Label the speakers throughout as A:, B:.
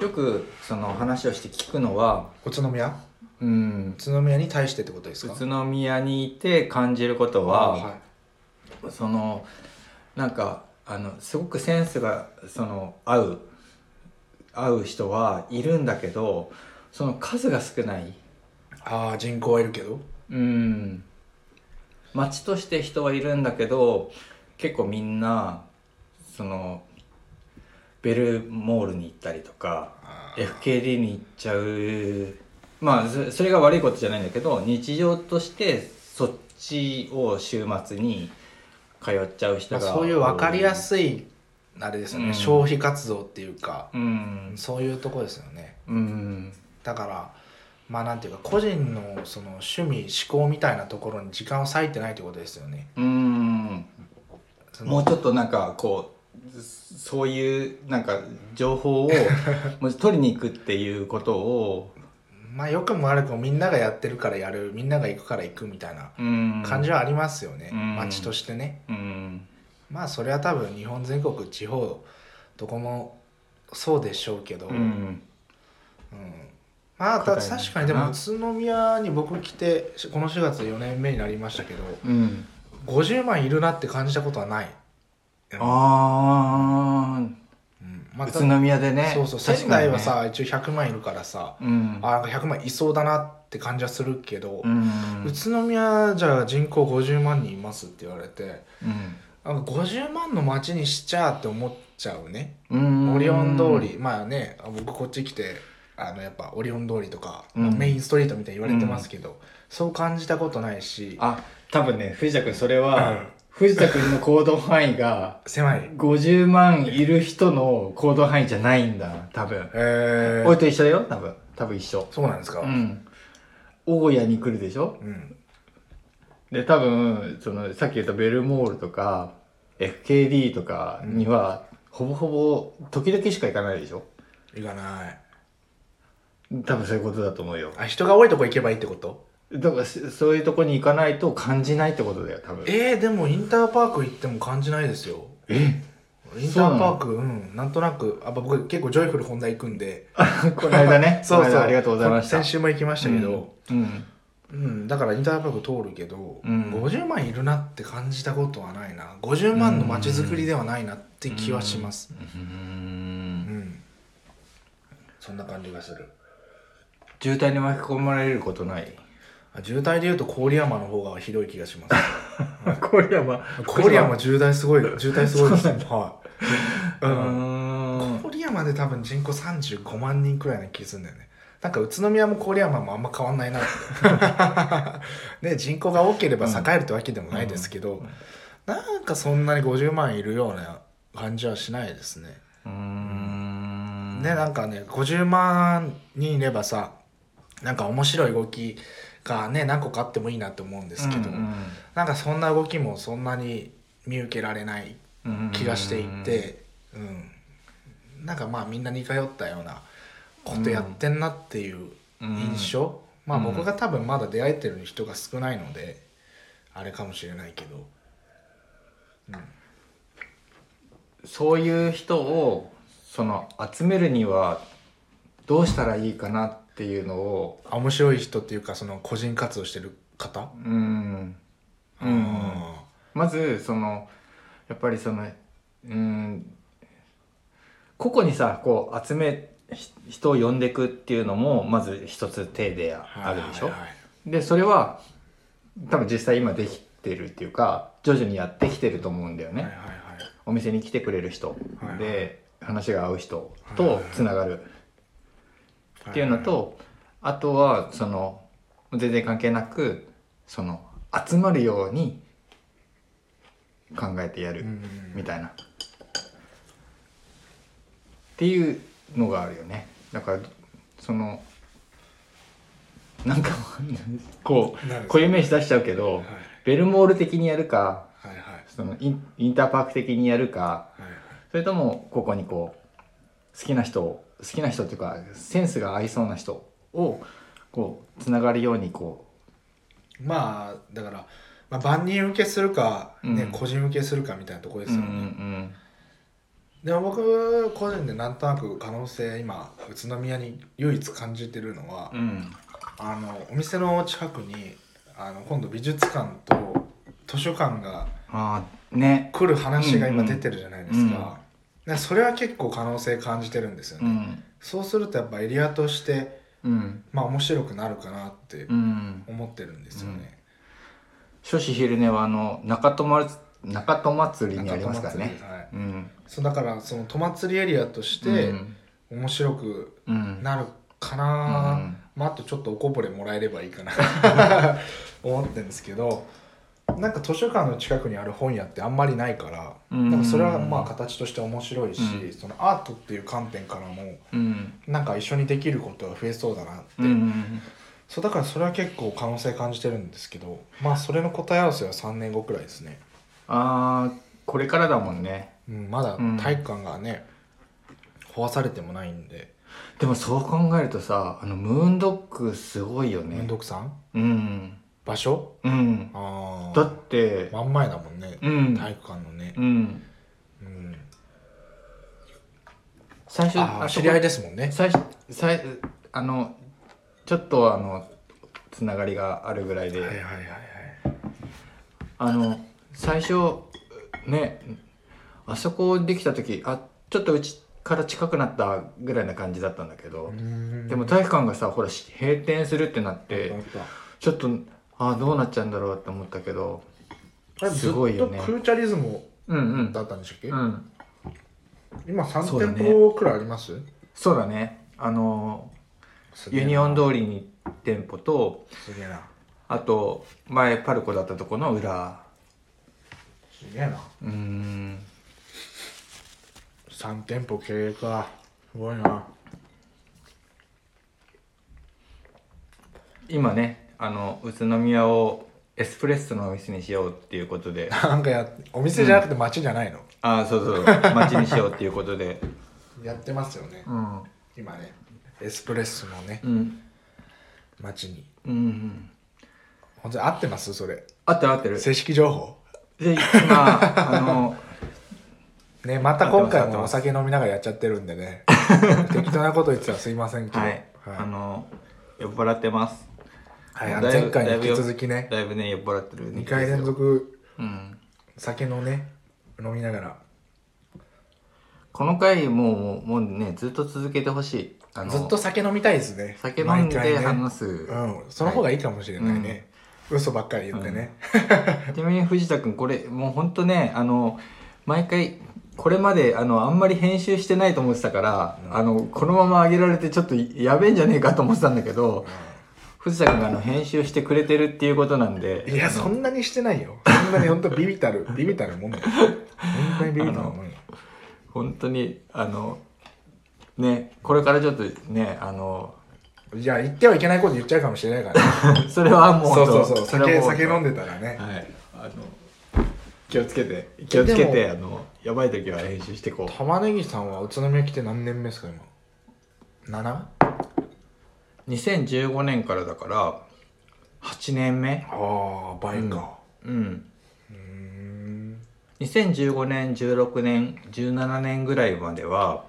A: よくその話をして聞くのは、
B: 宇都宮
A: うん
B: 宇、都宮に対してってことですか
A: 宇都宮にいて感じることは、そのなんかあのすごくセンスがその合う合う人はいるんだけどその数が少ない
B: ああ人口はいるけど
A: うん町として人はいるんだけど結構みんなそのベルモールに行ったりとか
B: あー
A: FKD に行っちゃうまあそそれが悪いことじゃないんだけど日常としてそっちを週末に通っちゃう人
B: まあ
A: が多い、
B: そういう分かりやすいあれですよね、
A: うん
B: 消費活動っていうか
A: うん
B: そういうとこですよね
A: うん
B: だからまあなんていうか個人のその趣味思考みたいなところに時間を割いてないってことですよね
A: うん
B: その
A: もうちょっとなんかこうそういうなんか情 報をもう取りに行くっていうことを
B: まあ良くも悪くもみんながやってるからやるみんなが行くから行くみたいな
A: うん
B: 感じはありますよね、
A: うん
B: 街としてね
A: うん
B: まあそれは多分日本全国地方どこもそうでしょうけど、
A: うん
B: うんまあた
A: 答えない
B: 確かにでも宇都宮に僕来てしこの4月4年目になりましたけど
A: うん
B: 50万いるなって感じたことはない、
A: ああ
B: うんまあ
A: 宇都宮でね
B: そうそう仙台は、さ、一応100万いるからさ
A: 確かにね
B: あなんか100万いそうだなって感じはするけど、
A: うんうん
B: 宇都宮じゃあ人口50万人いますって言われて
A: うん
B: なんか50万の町にしちゃって思っちゃうね、
A: うん
B: オリオン通りまあねあ僕こっち来てあのやっぱオリオン通りとか、
A: うん
B: メインストリートみたいに言われてますけど、そう感じたことないし
A: あ多分ね藤田君それ
B: うん
A: は藤田君の行動範囲が
B: 狭い
A: 50万いる人の行動範囲じゃないんだ多分
B: え
A: 俺
B: ー、
A: と一緒だよ多分多分一緒
B: そうなんですか、
A: うん大家に来るでしょ
B: うん
A: で多分そのさっき言ったベルモールとか FKD とかには、ほぼほぼ時々しか行かないでしょ
B: 行かない
A: 多分そういうことだと思うよ
B: あ人が多いとこ行けばいいってこと
A: だからそそういうとこに行かないと感じないってことだよ多分
B: えー、でもインターパーク行っても感じないですよ
A: え
B: インターパークうんなんとなくあ僕結構ジョイフル本題行くんで
A: この間ね
B: そ
A: こ
B: うそ
A: の
B: う
A: 間ありがとうございました
B: 先週も行きましたけど、
A: うん
B: うん、だからインターパーク通るけど、
A: うん
B: 50万いるなって感じたことはないな50万の街づくりではないなって気はします
A: う
B: うんん、そんな感じがする
A: 渋滞に巻き込まれることない
B: あ渋滞でいうと郡山の方がひどい気がしま す
A: 郡山
B: 郡山渋滞すごい渋滞すごいですねはい、
A: う
B: うん
A: ん
B: 郡山で多分人口35万人くらいな気がするんだよねなんか宇都宮も郡山もあんま変わんないなって ね人口が多ければ栄えるってわけでもないですけど、なんかそんなに50万いるような感じはしないですね、
A: うん
B: ねなんかね50万人いればさなんか面白い動きがね何個かあってもいいなと思うんですけど、なんかそんな動きもそんなに見受けられない気がしていて、うんなんかまあみんな似通ったようなことやってんなっていう印象、まあ
A: うん
B: 僕が多分まだ出会えてる人が少ないのであれかもしれないけど
A: そういう人をその集めるにはどうしたらいいかなっていうのを
B: あ面白い人っていうかその個人活動してる方、
A: うんうんまずそのやっぱりそのうん個々にさこう集めひ人を呼んでいくっていうのもまず一つ手であるでしょ、
B: はいはいはい
A: でそれは多分実際今できてるっていうか徐々にやってきてると思うんだよね、
B: はいはいはい
A: お店に来てくれる人
B: はいはい
A: で話が合う人
B: はい
A: と
B: はい
A: つながるっていうのとあとはその全然関係なくその集まるように考えてや
B: う
A: る
B: ん
A: みたいなっていうのがあるよねだからそのなんかこ
B: な
A: う
B: んか
A: 固有名詞出しちゃうけど
B: はい
A: ベルモール的にやるか
B: はいはいはい
A: そのインインターパーク的にやるかそれともここにこう好きな人を好きな人っていうかセンスが合いそうな人をこうつながるようにこ
B: まあだから、まあ、万人受けするか、ね
A: うん
B: 個人受けするかみたいなとこ
A: う
B: ですよね、
A: ん
B: でも僕個人でなんとなく可能性今宇都宮に唯一感じてるのは、
A: うん
B: あのお店の近くにあの今度美術館と図書館が
A: ああね
B: 来る話が今出てるじゃないですか,、
A: うんうん
B: だからそれは結構可能性感じてるんですよ
A: う
B: ね、
A: ん
B: そうするとやっぱエリアとして
A: うん
B: まあ面白くなるかなって
A: うん
B: 思ってるんですよね、
A: 初子昼寝はあの中戸ま中戸祭りにありますから
B: なん
A: ね
B: か戸祭りはい
A: うん
B: そうだからその戸祭りエリアとして
A: うん
B: 面白く
A: うん
B: なるかな、
A: うん
B: まあ、あとちょっとおこぼれもらえれば いいかな思ってるんですけどなんか図書館の近くにある本屋ってあんまりないから、
A: うん
B: なんかそれはまあ形として面白いし、
A: うん
B: そのアートっていう観点からも
A: うん
B: なんか一緒にできることが増えそうだなって、
A: うん
B: そうだからそれは結構可能性感じてるんですけどまあそれの答え合わせは3年後くらいですね、
A: ああこれからだもんね
B: うん、まだ
A: うん
B: 体育館がね、壊されてもないんで
A: でもそう考えるとさあのムーンドッグすごいよ
B: 面
A: ね
B: 倒くさん
A: うん
B: 場所
A: うん
B: あ
A: だ
B: あ
A: って
B: 真ん前だもんね、
A: うん
B: 体育館のね、
A: うん
B: うん、
A: 最初
B: あ
A: あ
B: ー
A: そ
B: 知
A: こ
B: り合いですもんね
A: 最初最あのちょっとあのつながりがあるぐらいで、
B: はいはい
A: あの最初ねあそこできた時あちょっとうちから近くなったぐらいな感じだったんだけど、
B: はい
A: でも体育館がさほらし閉店するってなって、ちょっとあどうなっちゃうんだろうって思ったけどすごいよね
B: ずっとクーチャリズム
A: うんうん
B: だったんでしたっけ、
A: うん
B: 今
A: そうだ
B: 3
A: ね
B: 店舗くらいあります
A: そうだねあの
B: すげえ
A: ユ
B: な
A: ニオン通りに店舗と
B: すげえな
A: あと前パルコだったとこの裏
B: すげえな
A: うーん
B: 3店舗経営かすごいな
A: 今ねあの宇都宮をエスプレッソのお店にしようっていうことで
B: なんかやお店じゃなくて街じゃないの、
A: ああそうそう街にしようっていうことで
B: やってますよね、
A: うん
B: 今ねエスプレッソのね
A: うん
B: 街に
A: うん
B: 本当に合ってますそれ
A: 合ってる合ってる
B: 正式情報
A: で今あの
B: ねまた今回もお酒飲みながらやっちゃってるんで ね適当なこと言ってたらすいませんけど
A: はい、
B: はい
A: あの酔っ払ってます
B: はい、
A: だ
B: あ
A: い
B: の
A: ぶ
B: 前回に
A: だい
B: 引
A: ぶ
B: き
A: よ
B: 続きね
A: だいぶね酔っ払ってる
B: 2回連続
A: うん
B: 酒のね飲みながら
A: この回もうもうもうねずっと続けてほしいあの
B: ずっと酒飲みたいですね
A: 酒飲ん
B: 毎
A: で
B: 回ね
A: 話す、
B: うんその方がいいかもしれないね、嘘ばっかり言ってね、
A: ちなみに藤田君これもうほんとねあの毎回これまであのあんまり編集してないと思ってたから、あのこのまま上げられてちょっとやべえんじゃねえかと思ってたんだけど、藤田君があの編集してくれてるっていうことなんで
B: いやそんなにしてないよそんなに本当ビビたる ビビたるもんだよ本当にビビたるもんよ
A: 本当にあのねこれからちょっとねあの
B: いや言ってはいけないこと言っちゃうかもしれないからね
A: それはもう
B: そうそうそう
A: れは
B: 酒
A: もう
B: 酒飲んでたらね
A: はいあの気をつけて気をつけ
B: で
A: てあのやばい時は編集してこ
B: 玉ねぎさんは宇都宮来て何年目ですか今 7? あ
A: う2015年からだから8年目
B: あ倍か
A: うん
B: うん
A: 2015年16年17年ぐらいまでは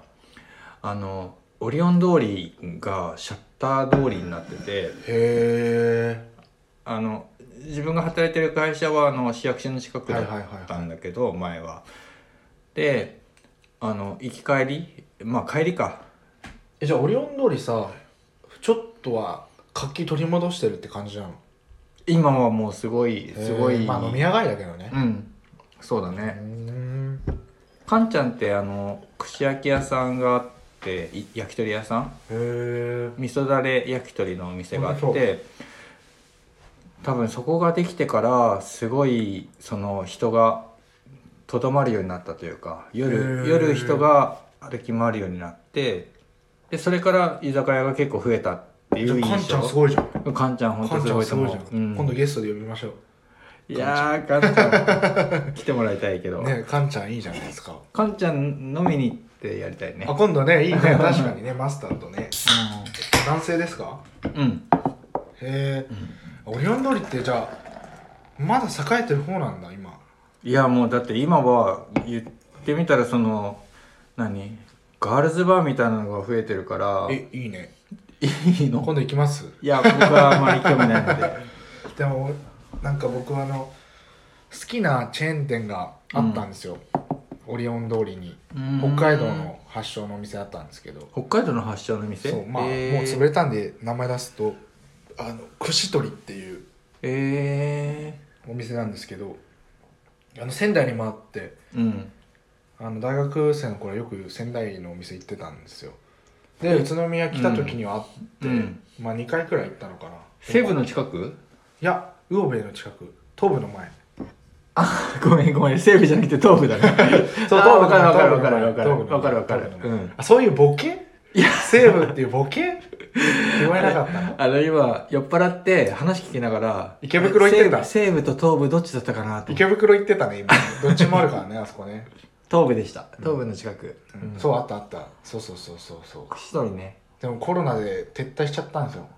A: あのオリオン通りがシャッター通りになってて
B: へえ
A: あの自分が働いてる会社はあの市役所の近くだ
B: はいはいはいはい
A: ったんだけど、前は。であの行き帰りまあ帰りか
B: えじゃあオリオン通りさちょっとは活気取り戻してるって感じなの
A: 今はもうすごいすご
B: え
A: い、
B: ーまあ飲み屋街だけどね
A: うんそうだね
B: うーん
A: かんちゃんってあの串焼き屋さんがあってい焼き鳥屋さん
B: へえ
A: 味噌だれ焼き鳥のお店があっ
B: うんそ
A: て多分そこができてからすごいその人がとどまるようになったというか
B: へ
A: 夜
B: ー
A: 夜人が歩き回るようになってでそれから居酒屋が結構増えたっていう印象
B: カンちゃんすごいじゃん
A: うんかんちゃん本
B: カ
A: 当
B: ン
A: す
B: ちゃ
A: ご
B: ん
A: いと
B: すご
A: 思
B: い
A: う
B: じゃん、、
A: うん
B: 今度ゲストで呼びましょ
A: いやーかんちゃん来てもらいたいけど、
B: う ねカンちゃんいいじゃないですか
A: かんちゃん飲みに行ってやりたいね
B: あ今度 ねいいね確かにねマスターとね男性ですか
A: うん、うん
B: へえ、オリオン通りってじゃあまだ栄えてる方なんだ今
A: いやもうだって今は言ってみたらその何ガールズバーみたいなのが増えてるから
B: えいいね
A: いいの
B: 今度行きます
A: いや僕はあまり興味ないの で
B: でもなんか僕はあの好きなチェーン店があったんですよ、オリオン通りに北海道の発祥のお店だったんですけど
A: 北海道の発祥の店
B: そうまあ、
A: えー
B: もう潰れたんで名前出すとあの串取りっていう
A: え
B: お店なんですけどあの仙台にもあって
A: ー、うん
B: あの大学生の頃よく仙台のお店行ってたんですよで宇都宮来た時にはあって、
A: うん
B: まあ2回くらい行ったのかな
A: 西部の近く
B: いや魚べの近く東部の前
A: ごめんごめん西部じゃなくて東部だ ね
B: そう
A: あ
B: 東部
A: わかるわかる
B: 東部の
A: わかるわかる
B: 東部の
A: わかるわかる
B: 東部の
A: うん
B: あそういうボケいや西部っていうボケ言われなかったの
A: あの今酔っ払って話聞きながら
B: 池袋行ってんだ
A: 西部西部と東部どっちだったかなと思って
B: 池袋行ってたね今どっちもあるから ねあそこね、
A: 東部でした東部の近く、
B: うん
A: うん
B: そうあったあったそうそうそうそうそう
A: 串取りね
B: でもコロナで撤退しちゃったんですよ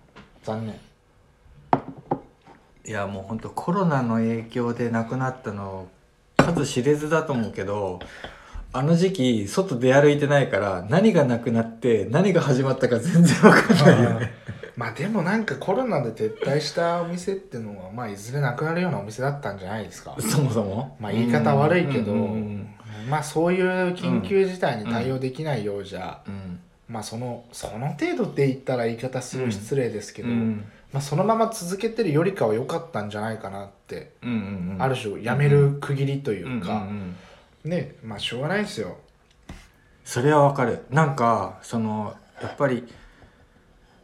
B: 残念
A: いやもう本当コロナの影響で亡くなったの数知れずだと思うけどあの時期外出歩いてないから何がなくなって何が始まったか全然わかんないよね
B: まあでもなんかコロナで撤退したお店っていうのはまあいずれなくなるようなお店だったんじゃないですか
A: そもそも
B: まあ言い方悪いけど、
A: うんうん
B: まあそういう緊急事態に対応できないようじゃ、
A: うん
B: まあそのその程度って言ったら言い方すごい失礼ですけ
A: う
B: ど、
A: ん
B: まあ、そのまま続けてるよりかは良かったんじゃないかなって、
A: うんうんうん
B: ある種やめる区切りとい
A: うん
B: う
A: うん
B: か、
A: うん
B: ねまあしょうがないですよ
A: それはわかるなんかそのやっぱり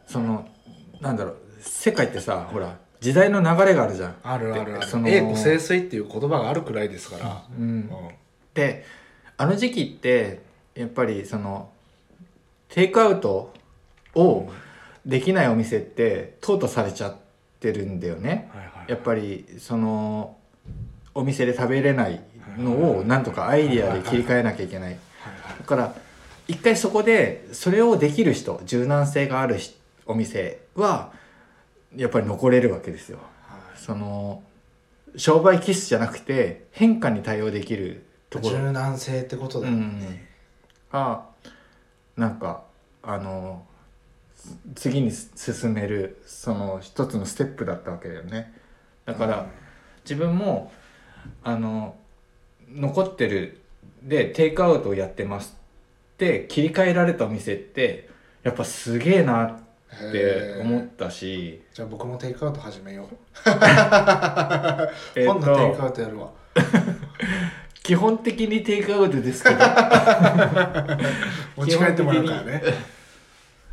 A: そのなんだろう世界ってさほら時代の流れがあるじゃん
B: あるあるあ
A: でその
B: る栄枯盛衰っていう言葉があるくらいですから、
A: うん
B: うん
A: であの時期ってやっぱりそのテイクアウトをできないお店って淘汰されちゃってるんだよね
B: はいはい
A: やっぱりそのお店で食べれないのをなんとかアイディアで切り替えなきゃいけない
B: はいはい
A: だから一回そこでそれをできる人柔軟性があるしお店はやっぱり残れるわけですよその商売キスじゃなくて変化に対応できるところ
B: 柔軟性ってことだよね、
A: がなんかあのつ次にす進めるその一つのステップだったわけだよねだから、自分もあの残ってるでテイクアウトをやってますって切り替えられたお店ってやっぱすげえな
B: うん
A: って思っ
B: へー
A: たし、
B: じゃあ僕もテイクアウト始めよう、
A: えっ
B: 今度テイク
A: と
B: アウトやるわ
A: 基本的にテイクアウトですけ ど
B: 持ち帰ってもらうか らね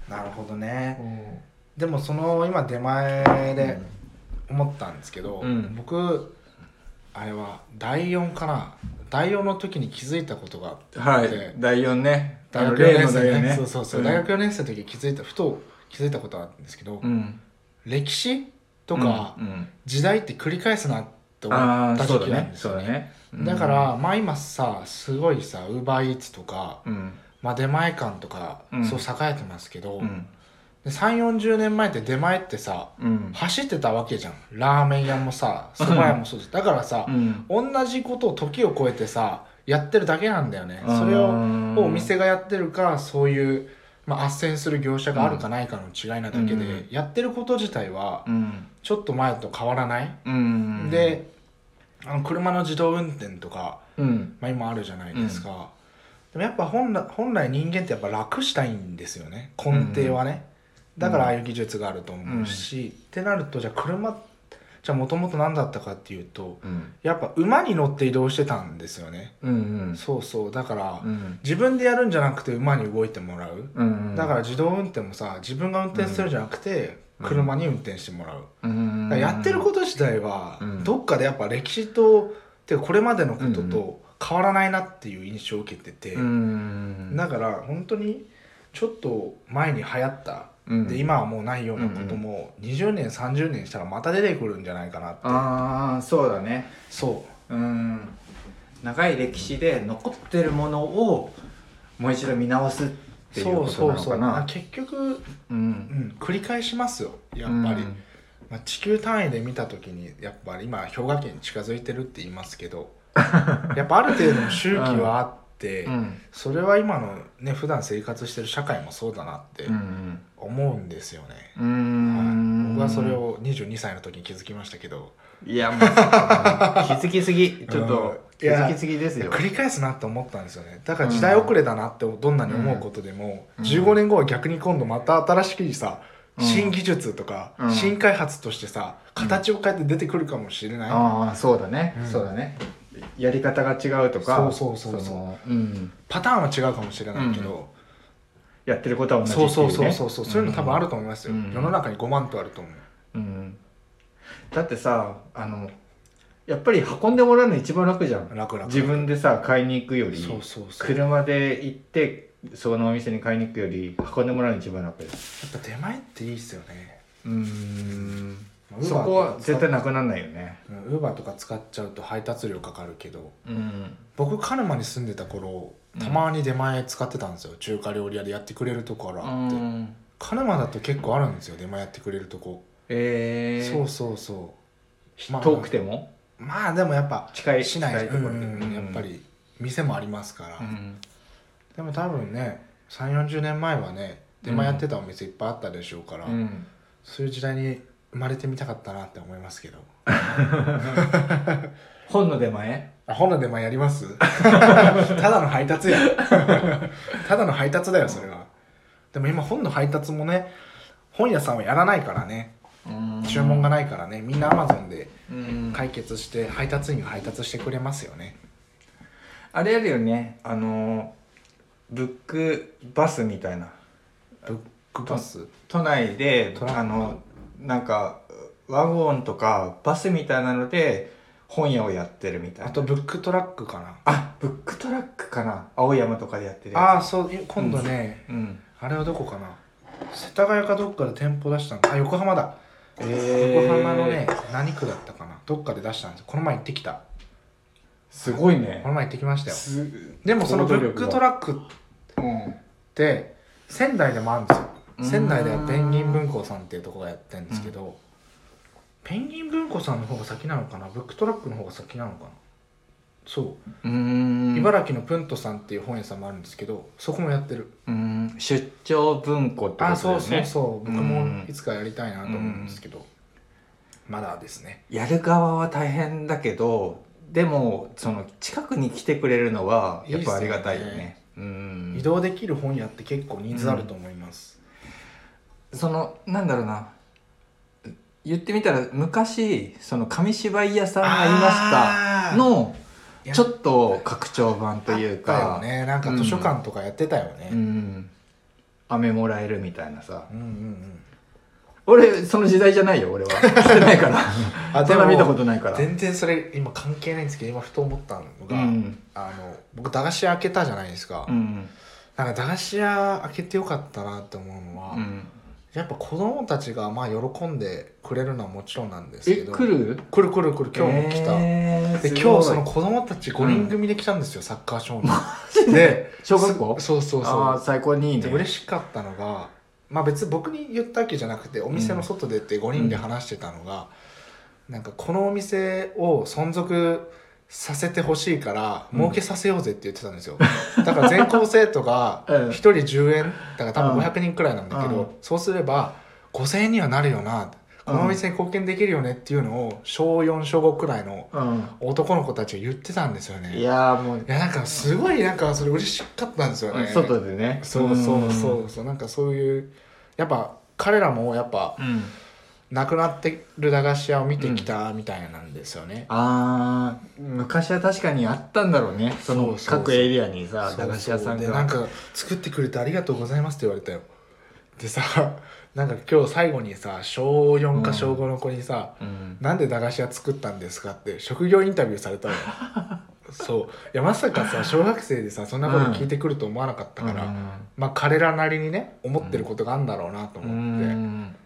B: なるほどね
A: うん
B: でもその今出前で思ったんですけど、
A: うん
B: 僕あれは第4かな第4の時に気づいたことがあって
A: はい第4ね
B: 大
A: あ
B: 学
A: の
B: 4年生
A: 例の
B: ね
A: 第四
B: そうそうそう、
A: ん
B: 大学4年生の時に気づいたふと気づいたことがあったんですけど、
A: うん
B: 歴史とか
A: うんうん
B: 時代って繰り返すなって思
A: あ
B: っ
A: あ
B: た
A: そう
B: 時期
A: だ
B: なん
A: ね
B: です
A: そう
B: よ
A: だ
B: ね
A: ね
B: だからまあ今さすごいさウーバーイーツとか、
A: うん
B: まあ、出前館とか、
A: うん
B: そう栄えてますけど、
A: うん
B: で3 4 0年前って出前ってさ
A: うん
B: 走ってたわけじゃんラーメン屋もさ蕎麦屋もそうですだからさ
A: う、ん
B: 同じことを時を超えてさやってるだけなんだよねそれを
A: を
B: をお店がやってるかそういう、まあ、斡旋する業者があるかないかの違いなだけで、
A: うん
B: やってること自体は
A: うん
B: ちょっと前と変わらない、
A: うん
B: であの車の自動運転とか、
A: うん
B: まあ、今あるじゃないですか、でもやっぱ本来本来人間ってやっぱ楽したいんですよね根底はね、
A: うん
B: だからああいう技術があると思うし、ってなるとじゃあ車じゃあもともと何だったかっていうと
A: うん
B: やっぱ馬に乗って移動してたんですよね、
A: うんうん
B: そうそうだから、
A: うん
B: 自分でやるんじゃなくて馬に動いてもらう、
A: うん
B: だから自動運転もさ自分が運転するんじゃなくて、
A: うん
B: 車に運転してもらう、
A: うん
B: だからやってること自体は、
A: うん
B: どっかでやっぱ歴史とてかこれまでのこと
A: うん
B: と変わらないなっていう印象を受けてて、
A: うん
B: だから本当にちょっと前に流行った、
A: うん
B: で今はもうないようなことも、20年30年したらまた出てくるんじゃないかなって
A: ああそうだね
B: そ
A: うん長い歴史で残ってるものをもう一度見直すっ
B: う
A: ていう
B: そう
A: ことな
B: そう
A: の
B: そ
A: か
B: うまあ
A: な
B: 結局、
A: う
B: うんん、繰り返しますよやっぱり。
A: うん
B: まあ、地球単位で見た時にやっ ぱり今氷河期に近づいてるって言いますけどやっぱある程度の周期はあっって、
A: うん
B: それは今のね普段生活してる社会もそうだなって
A: うん
B: 思うんですよね、
A: う
B: はい、
A: ん
B: 僕はそれを22歳の時に気づきましたけど
A: いやもう気づきすぎちょっ
B: うん
A: と
B: い
A: 気
B: や
A: づきすぎですよ
B: 繰り返すなって思ったんですよねだから時代遅れだなってどんなに思うことでも、15年後は逆に今度また新しいさ
A: うん
B: 新技術とか、
A: うん
B: 新開発としてさ形を変えて出てくるかもしれない、
A: ああそうだね、
B: うん
A: そうだねやり方が違うとか
B: そうそうそうそう
A: のうん
B: パターンは違うかもしれないけど、
A: やってることは同じってい、
B: そうう
A: ね、
B: そうそうそうそう、そういうの多分ある
A: と、
B: と思いますよ、
A: うん
B: 世の中に5万とあると思う
A: うん、だってさあのやっぱり運んでもらうの一番楽じゃん
B: 楽々
A: 自分でさ買いに行くより
B: そうそうそうや
A: 車で行ってそのお店に買いに行くより運んでもらうの一番楽です
B: っぱ出前っていいっすよね
A: うーん
B: まあ
A: そこは絶対なくならないよね
B: ウーバーとか使っちゃうと配達料かかるけど
A: うん
B: 僕鹿沼に住んでた頃たまに出前使ってたんですよ、中華料理屋でやってくれるところあって、
A: うん
B: 鹿沼だと結構あるんですよ出前やってくれるとこ、
A: えー、
B: そうそうそうまあ
A: 遠くても
B: まあでもやっぱ
A: 近い
B: 市内
A: 近いところで、
B: うんうんやっぱり店もありますから、
A: うん
B: でも多分ね3 4 0年前はね出前やってたお店いっぱいあったでしょうから、
A: うん
B: そういう時代に生まれてみたかったなって思いますけど
A: 本の出前
B: あ本の出前やりますただの配達やただの配達だよそれはでも今本の配達もね本屋さんはやらないからね注文がないからねみんな Amazon で
A: うん
B: 解決して配達員が配達してくれますよね
A: あれあるよねあのブックバスみたいな
B: ブックバス
A: 都内で
B: トラック
A: あのなんかワゴンとかバスみたいなので本屋をやってるみたい
B: あ
A: な
B: とブックトラックかな
A: あブックトラックかな青山とかでやってる
B: ああ
A: や
B: そうい今度ね、
A: つうん
B: あれはどこかな世田谷かどっかで店舗出したのあ横浜だ、
A: え
B: 横浜のね何区だったかなどっかで出したんですよこの前行ってきた
A: すごいね
B: この前行ってきましたよ
A: す
B: でもそのブックトラ
A: ッ
B: ッ
A: ク、
B: ク
A: うん
B: で仙台でもあるんですよ
A: うん
B: 仙台ではペンギン文庫さんっていうとこがやってるんですけど、ペンギン文庫さんの方が先なのかなブックトラックの方が先なのかなそう
A: ー
B: う、
A: ん
B: 茨城のプントさんっていう本屋さんもあるんですけどそこもやってる、
A: うーん出張文庫ってことだよね
B: あそうそうそう僕
A: うん
B: もいつかやりたいなと思うんですけど、まだですね
A: やる側は大変だけどでもその近くに来てくれるのはやっぱありがたいよね
B: いいっすよね
A: うん
B: 移動できる本屋って結構ニーズあると思います、
A: そのなんだろうな言ってみたら昔その紙芝居屋さんがいました
B: ありま
A: の
B: いや
A: ちょっと拡張版という
B: あっ
A: か
B: たよねなんか図書館とかやってたよね、
A: うん飴もらえるみたいなさ
B: うんうんうん
A: 俺その時代じゃないよ俺はしてないから
B: あ
A: そんな見たことないから
B: 全然それ今関係ないんですけど今ふと思ったの
A: う
B: が、
A: ん
B: あの僕駄菓子屋開けたじゃないですか、
A: うん
B: なんか駄菓子屋開けてよかったなって思うのは、
A: うん
B: やっぱ子供たちがまあ喜んでくれるのはもちろんなんです
A: え
B: けど
A: 来る
B: 来る来る来る今日も来た、
A: えー
B: で今日その子供たち5人組で来たんですよ、サッカー少年
A: すごい
B: で
A: 小学校
B: そうそう
A: ああ
B: そ
A: 最高にいいうね
B: で嬉しかったのがまあ別に僕に言ったわけじゃなくてお店の外出て5人で話してたのが、なんかこのお店を存続させてほしいから
A: うん
B: 儲けさせようぜって言ってたんですよ、だから全校生徒が
A: うん
B: 1人10円だから多
A: うん
B: 分500人くらいなんだけど、
A: うん
B: そうすれば5000円にはなるよなこのお店に貢献できるよねっていうのを小4小5くらいの
A: う
B: 男の子たちが言ってたんですよね
A: んいやーもう
B: いやなんかすごいなんかそれ嬉しかったんですよね
A: 外でね
B: そうそうそうそうなんかそういうやっぱ彼らもやっぱ
A: うん
B: なくなってる駄菓子屋を見てきたみたいなんですよね、
A: あー昔は確かにあったんだろうねそ
B: そ
A: の
B: うそう
A: 各エリアにさ
B: そう
A: 駄菓子屋さん
B: で
A: が
B: なんか作ってくれてありがとうございますって言われたよでさ なんか今日最後にさ小4か小5の子にさ、
A: うん
B: なんで駄菓子屋作ったんですかって職業インタビューされた のそういやまさかさ小学生でさそんなこと聞いてくると思わなかったから、まあ彼らなりにね思ってることがあるんだろうなと
A: う
B: 思って、
A: ん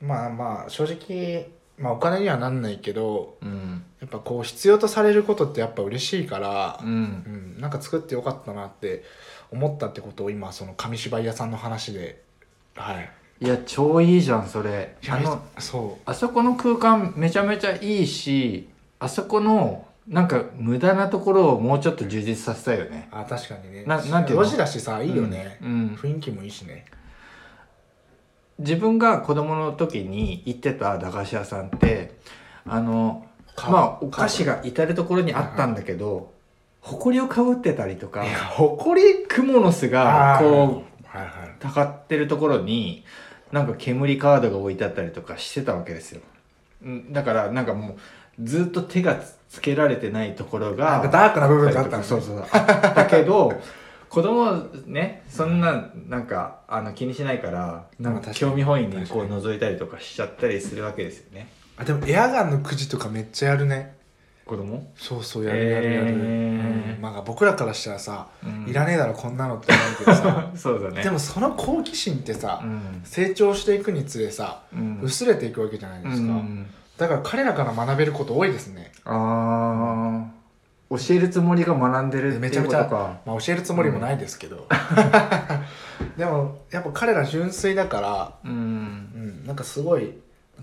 B: まあまあ正直、まあ、お金にはなんないけど
A: うん
B: やっぱこう必要とされることってやっぱ嬉しいから
A: う、ん
B: うんなんか作ってよかったなって思ったってことを今その紙芝居屋さんの話ではい
A: いや超いいじゃんそれあの
B: そう
A: あそこの空間めちゃめちゃいいしあそこのなんか無駄なところをもうちょっと充実させたいよね。
B: あ確かにね
A: ななんていうの
B: 路地だしさいいよね、
A: うんうん
B: 雰囲気もいいしね
A: 自分が子供の時に行ってた駄菓子屋さんってあの
B: か
A: まあお菓子が至る所にあったんだけど埃をかぶってたりとか埃クモの巣がこ
B: うはいは
A: うたかってるところになんか煙カードが置いてあったりとかしてたわけですよんだからなんかもうずっと手がつつけられてないところ
B: いなん
A: が
B: かダークな部分があったの
A: そうそうあったけど子供はねそんななんかあの気にしないからなん
B: まあ確か
A: か
B: に
A: 興味本位に
B: 確
A: こ
B: か
A: う
B: に
A: 覗いたりとかしちゃったりするわけですよね
B: あでもエアガンのくじとかめっちゃやるね
A: 子供、
B: そうそうやるやるやる、
A: えー
B: うんまあ、僕らからしたらさ、
A: うん
B: いらねえだろこんなのって思うけどさ
A: そう だね
B: でもその好奇心ってさ、
A: うん
B: 成長していくにつれさ
A: うん
B: 薄れていくわけじゃないですか、
A: うん
B: だから彼らから学べること多いですね、
A: ああ教えるつもりが学んでるって
B: め
A: い
B: ちゃ
A: う
B: め
A: こ
B: ち
A: と
B: ゃ
A: か
B: まあ、教えるつもりもないですけど、 でもやっぱ彼ら純粋だから、
A: うん
B: うん、なんかすごい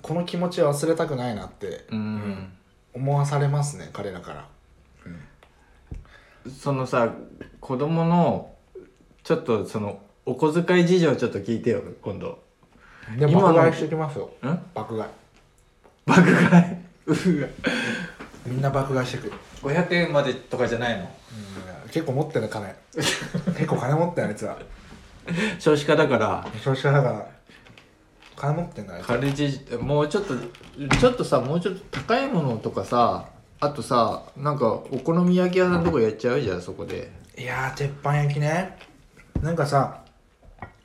B: この気持ちを忘れたくないなって、
A: うん、
B: 思わされますね彼らから、
A: そのさ子供のちょっとそのお小遣い事情ちょっと聞いてよ今度
B: で
A: 今の
B: 爆買いしてきますよ
A: ん
B: 爆買い
A: 爆買 いうふ
B: みんな爆買いしてくる、
A: 500円までとかじゃないの
B: うん結構持ってる金結構金持ってるあいつら
A: 少子化だから
B: 少子化だから金持ってんだあいつら
A: 軽じもうちょっとちょっとさもうちょっと高いものとかさあとさなんかお好み焼き屋さんとかやっちゃうじゃんそこで
B: いやー鉄板焼きねなんかさ、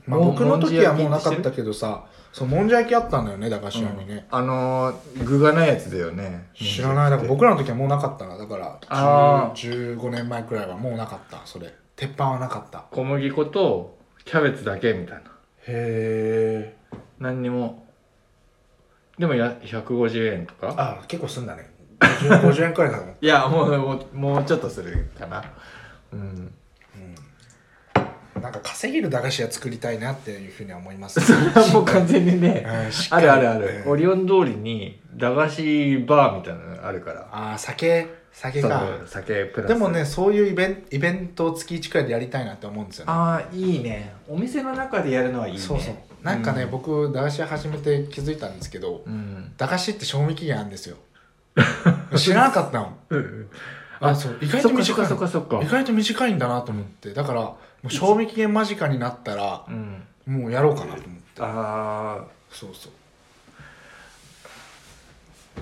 B: まあ、
A: もん
B: 僕の時はもうなかったけどさそうもんじゃ焼きあったんだよね駄菓子屋にね、
A: あのー具がないやつだよね
B: 知らないだから僕らの時はもうなかったなだから
A: あ
B: 10 15年前くらいはもうなかったそれ鉄板はなかった
A: 小麦粉とキャベツだけみたいな
B: へえ
A: 何にもでもや150円とか
B: あ結構すんだね 50, 50円くらいだもん、
A: いやもうもうもうちょっとするかなうん
B: うん、なんか稼げる駄菓子屋作りたいなっていうふうには思います、
A: それはもう完全にね
B: うんしっか
A: あ
B: り
A: るあるある、
B: うん
A: オリオン通りに駄菓子バーみたいなのあるから
B: ああ酒酒
A: そ
B: か
A: う酒プラス
B: でもねそういうイベンイベントを月1くらいでやりたいなって思うんですよね
A: ああいいねお店の中でやるのはいいね
B: そうそうなんかね、僕駄菓子屋始めて気づいたんですけど
A: うん、
B: 駄菓子って賞味期限あるんです よ知らなかったの
A: うん、
B: あそう意外
A: そ
B: と
A: っかそっ
B: 短
A: か
B: い
A: そっ
B: の
A: かそっか
B: 意外と短いんだなと思ってだからもう賞味期限間近になったら
A: うん
B: もうやろうかなと思って
A: ああ
B: そうそう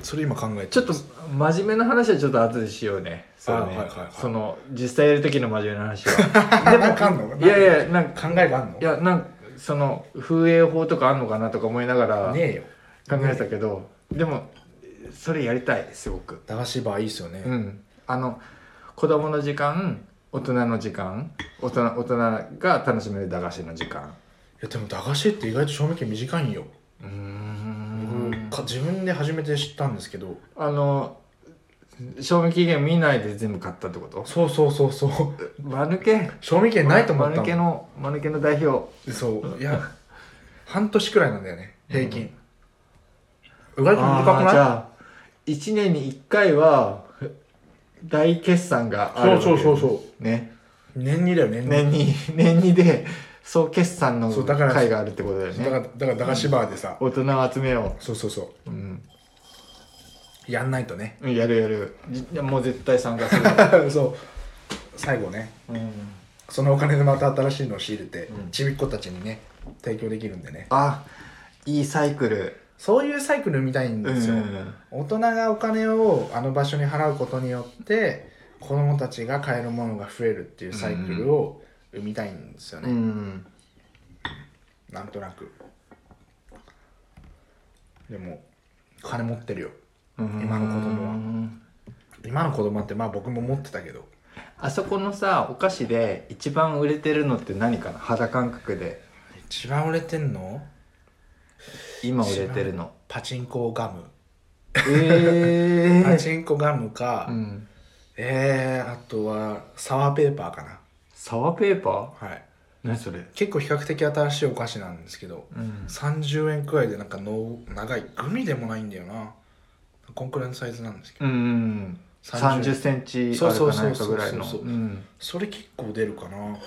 B: それ今考えて
A: ちょっと真面目な話はちょっと後でしようねそうね、
B: あーはいはいはい
A: その実際やる時の真面目な話 は
B: でなんかあんの
A: いやいやなんか
B: 考えがあんの
A: いやなんかその風営法とかあんのかなとか思いながら
B: ねえよ
A: 考えてたけど、でもそれやりたいすごく
B: 駄菓子バーいいっすよね、
A: うん、あの子供の時間大人の時間大人大人が楽しめる駄菓子の時間
B: いやでも駄菓子って意外と賞味期限短いんよ、
A: うー
B: 僕
A: ん
B: か自分で初めて知ったんですけど
A: あの賞味期限見ないで全部買ったってこと
B: そうそうそうそう
A: 間抜け
B: 賞味期限ないと思っ
A: 間
B: た
A: 抜け
B: の
A: の間抜けの代表
B: そういや半年くらいなんだよね平均、う
A: あ
B: がいくん短く
A: ーじ
B: な
A: ゃあ1年に1回は大決算があるわけ
B: そうそうそうそ
A: ね
B: い年にだよ年に
A: 年に年にで総決算の
B: そうだから
A: 会があるってことだよ
B: だから
A: ね
B: だから駄菓子バーでさ、
A: 大人を集めよ、
B: そうそうそう
A: うん
B: うやんないとね
A: やるやるじいやもう絶対参加 する、
B: そう最後ね
A: うん、
B: そのお金でまた新しいのを仕入れて、
A: うん
B: ちびっ子たちにね提供できるんでね
A: あいいサイクル
B: そういうサイクルみたいんですよ、大人がお金をあの場所に払うことによって子供たちが買えるものが増えるっていうサイクルを生みたいんですよ
A: う
B: ね、
A: ん
B: なんとなくでも金持ってるよ今の子供は
A: うん
B: 今の子供ってまあ僕も持ってたけど
A: あそこのさお菓子で一番売れてるのって何かな肌感覚で
B: 一番売れてんの
A: 今売れてるの
B: パチンコガム、
A: え
B: パチンコガムか、
A: うん
B: えー、あとはサワーペーパーかな
A: サワーペーパー
B: はい
A: 何それ
B: 結構比較的新しいお菓子なんですけど
A: うん
B: 30円くらいでなんかの長いグミでもないんだよなこんくらいのサイズなんですけど
A: うん3 0ンチあるかないかぐらいの
B: そうそうそうそうそう
A: うん
B: それ結構出るかな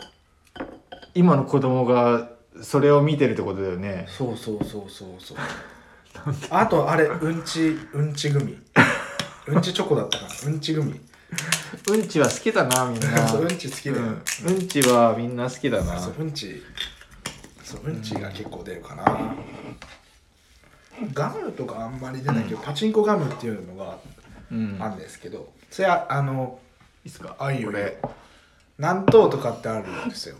A: 今の子供がそれを見てるってことだよね
B: そうそうそうそうそうあとあれうんちうんち組うんちチョコだったかなうんち組
A: うんちは好きだなみんな
B: そううんち好きだよ、
A: うんうんちはみんな好きだな
B: そううんちそううんちが結構出るかな、ガムとかあんまり出ないけど、パチンコガムっていうのが
A: うん
B: あるんですけど、それはあの
A: いいっすか
B: あいいよ
A: これ
B: 南東とかってあるんですよ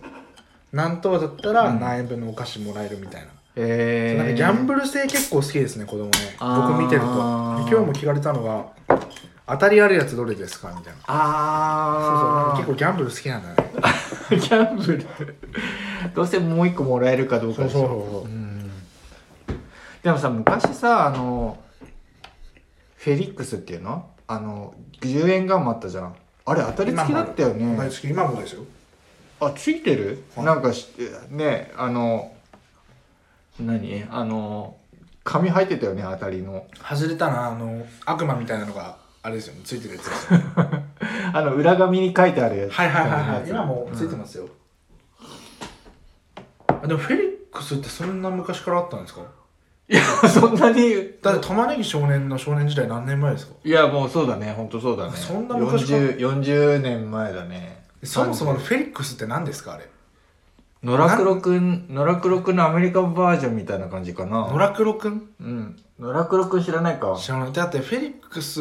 B: 南東だったら
A: うん
B: 何円分のお菓子もらえるみたいな,、
A: えー、
B: なんかギャンブル性結構好きですね子供ね
A: あー
B: 僕見てると今日も聞かれたのが「当たりあるやつどれですか?」みたいなそうそ
A: あ
B: うなん
A: あ
B: か結構ギャンブル好きなんだね
A: ギャンブル どうせもう一個もらえるかどうかでしょ
B: そうそうそうそう
A: うんでもさ昔さあのフェリックスっていうのあの10円ガムあったじゃんあれ当たり付きだったよ
B: 今もある
A: ね
B: 毎月今もですよ
A: あついてる、
B: はい
A: なんかしねあの何あの紙入ってたよね当たりの
B: 外れたらあの悪魔みたいなのがあれですよねついてるやつですよ
A: あの裏紙に書いてあるやつ
B: はいはいはいはい今もついて
A: す、
B: ますよ、あでもフェリックスってそんな昔からあったんですか
A: うん そんなに
B: だって玉ねぎ少年の少年時代何年前ですか
A: いやもうそうだね本当そうだね
B: そんな昔か
A: 40, 40年前だね
B: そもそもフェリックスって何ですかあれ
A: 野良黒くん野良黒くんのアメリカバージョンみたいな感じかな
B: 野良黒くん
A: うん野良黒くん知らないか
B: 知らないだってフェリックス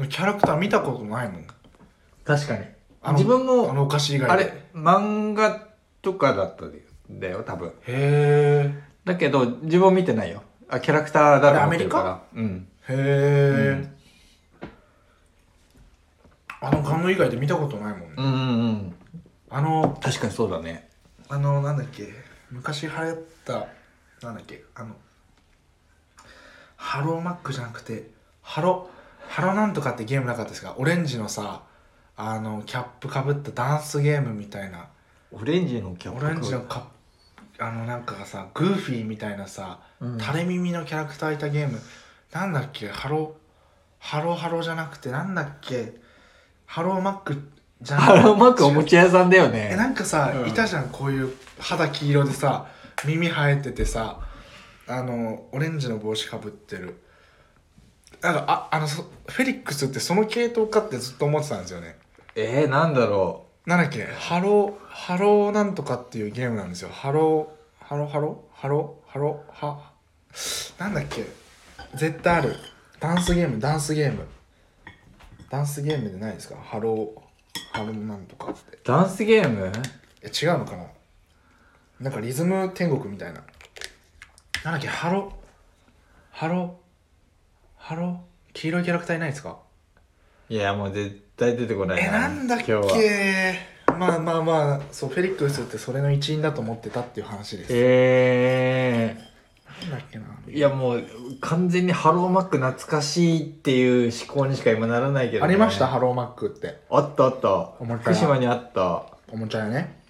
B: のキャラクター見たことないもん
A: 確かに
B: あの
A: 自分
B: あ
A: も
B: のお菓子以
A: あ
B: 外で
A: れ漫画とかだったんだよ多分
B: へ
A: だけど自分見てないよあキャラクターだと思ってるか
B: あれア
A: らうん
B: えへえ、あのガム以外で見たことないもんね、
A: うんうんうん
B: あの
A: 確かにそうだね
B: あのなんだっけ昔流行ったなんだっけあのハローマックじゃなくてハロハロなんとかってゲームなかったですかオレンジのさあのキャップかぶったダンスゲームみたいな
A: オレンジのキャ
B: オ
A: ラクター
B: レンジのカッあのなんかがさグーフィーみたいなさ、
A: うん
B: 垂れ耳のキャラクターいたゲームなんだっけハロハロハロじゃなくてなんだっけハローマックじゃなく
A: ハ
B: て
A: ローマークおもちゃ屋さんだよ
B: え
A: ね
B: なんかさ、
A: うん
B: いたじゃんこういう肌黄色でさ耳生えててさあのオレンジの帽子かぶってるなんかああのそフェリックスってその系統かってずっと思ってたんですよね
A: えー、なんだろ
B: なんだっけハローハローなんとかっていうゲームなんですよハローハロハロハロハロハなんだっけ絶対あるダンスゲームダンスゲームダンスゲームでないですかハローハローなんとかって
A: うダンスゲーム
B: え違うのかななんかリズム天国みたいななんだっけハロハロハロ黄色いキャラクターいないですか
A: いやもう絶対出てこない
B: えなんだっけ
A: 今日は
B: まあまあまあそうフェリックスってそれの一員だと思ってたっていう話です
A: えー、
B: なんだっけない
A: やもう完全にハローマック懐かしいっていう思考にしか今ならないけど、
B: ありました
A: あ
B: ハローマックって
A: ったあった
B: 思った
A: 福島にあった
B: おもちゃやね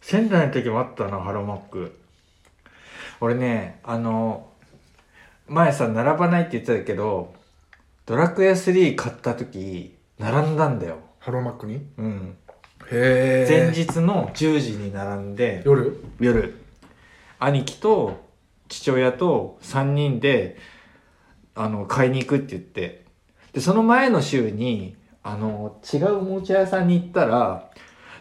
A: 仙台の時もあったなハローマック俺ねあの前さ並ばないって言ってたけどドラクエ3買った時並んだんだよ
B: ハローマックに
A: うん
B: へ
A: 前日の10時に並んで
B: 夜
A: 夜兄貴と父親と3人であの買いに行くって言ってでその前の週にあの違うおもちゃ屋さんに行ったら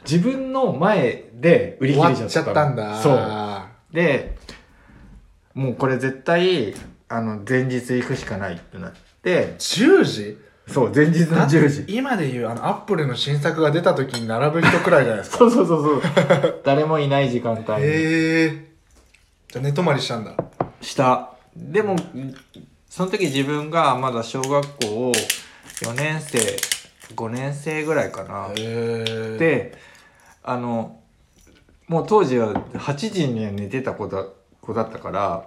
A: 自分の前で売り
B: 終
A: 切れ
B: わっ
A: ちゃった
B: ちゃったんだ
A: そうでもうこれ絶対あの前日行くしかないってなって
B: 10時
A: そう前日の
B: だって
A: 10時
B: 今でいうあのアップルの新作が出た時に並ぶ人くらいじゃないですか
A: そうそうそうそう 誰もいない時間帯に
B: へえじゃあ寝泊まりしたんだ
A: したでもその時自分がまだ小学校4年生5年生ぐらいかな
B: えで
A: であのもう当時は8時には寝てた子だ子だったから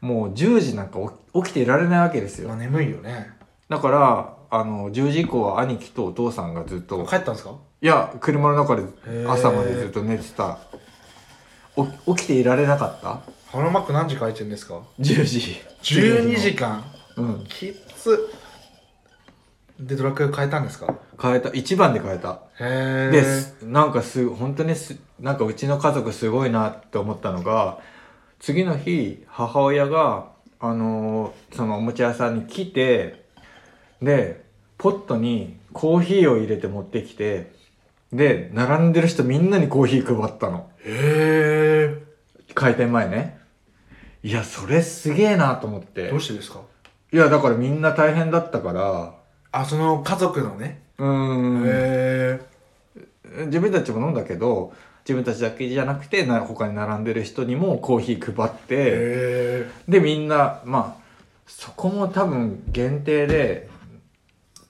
A: もう10時なんか起き起きていられないわけです
B: ま
A: よ
B: あ眠いよね
A: だからあの10時以降は兄貴とお父さんがずっと
B: 帰ったんですか
A: いや車の中で
B: へー
A: 朝までずっと寝てたお起きていられなかった
B: ハローマック何時開店ですか
A: 10時
B: 12時間
A: うん
B: きっつでドラクエ変えたんですか
A: 変えた一番で変えた
B: へえ
A: ですなんかす本当にすなんかうちの家族すごいなって思ったのが次の日母親があのーそのおもちゃ屋さんに来てでポットにコーヒーを入れて持ってきてで並んでる人みんなにコーヒー配ったの
B: へ
A: 開店前ねいやそれすげえなと思っ
B: え
A: て
B: どうしてですか
A: いやだからみんな大変だったから
B: あその家族のね
A: うーん
B: へ
A: 自分たちも飲んだけど自分たちだけじゃなくてな他に並んでる人にもコーヒー配っ
B: え
A: て
B: へ
A: で
B: え
A: みんなまあそこも多分限定で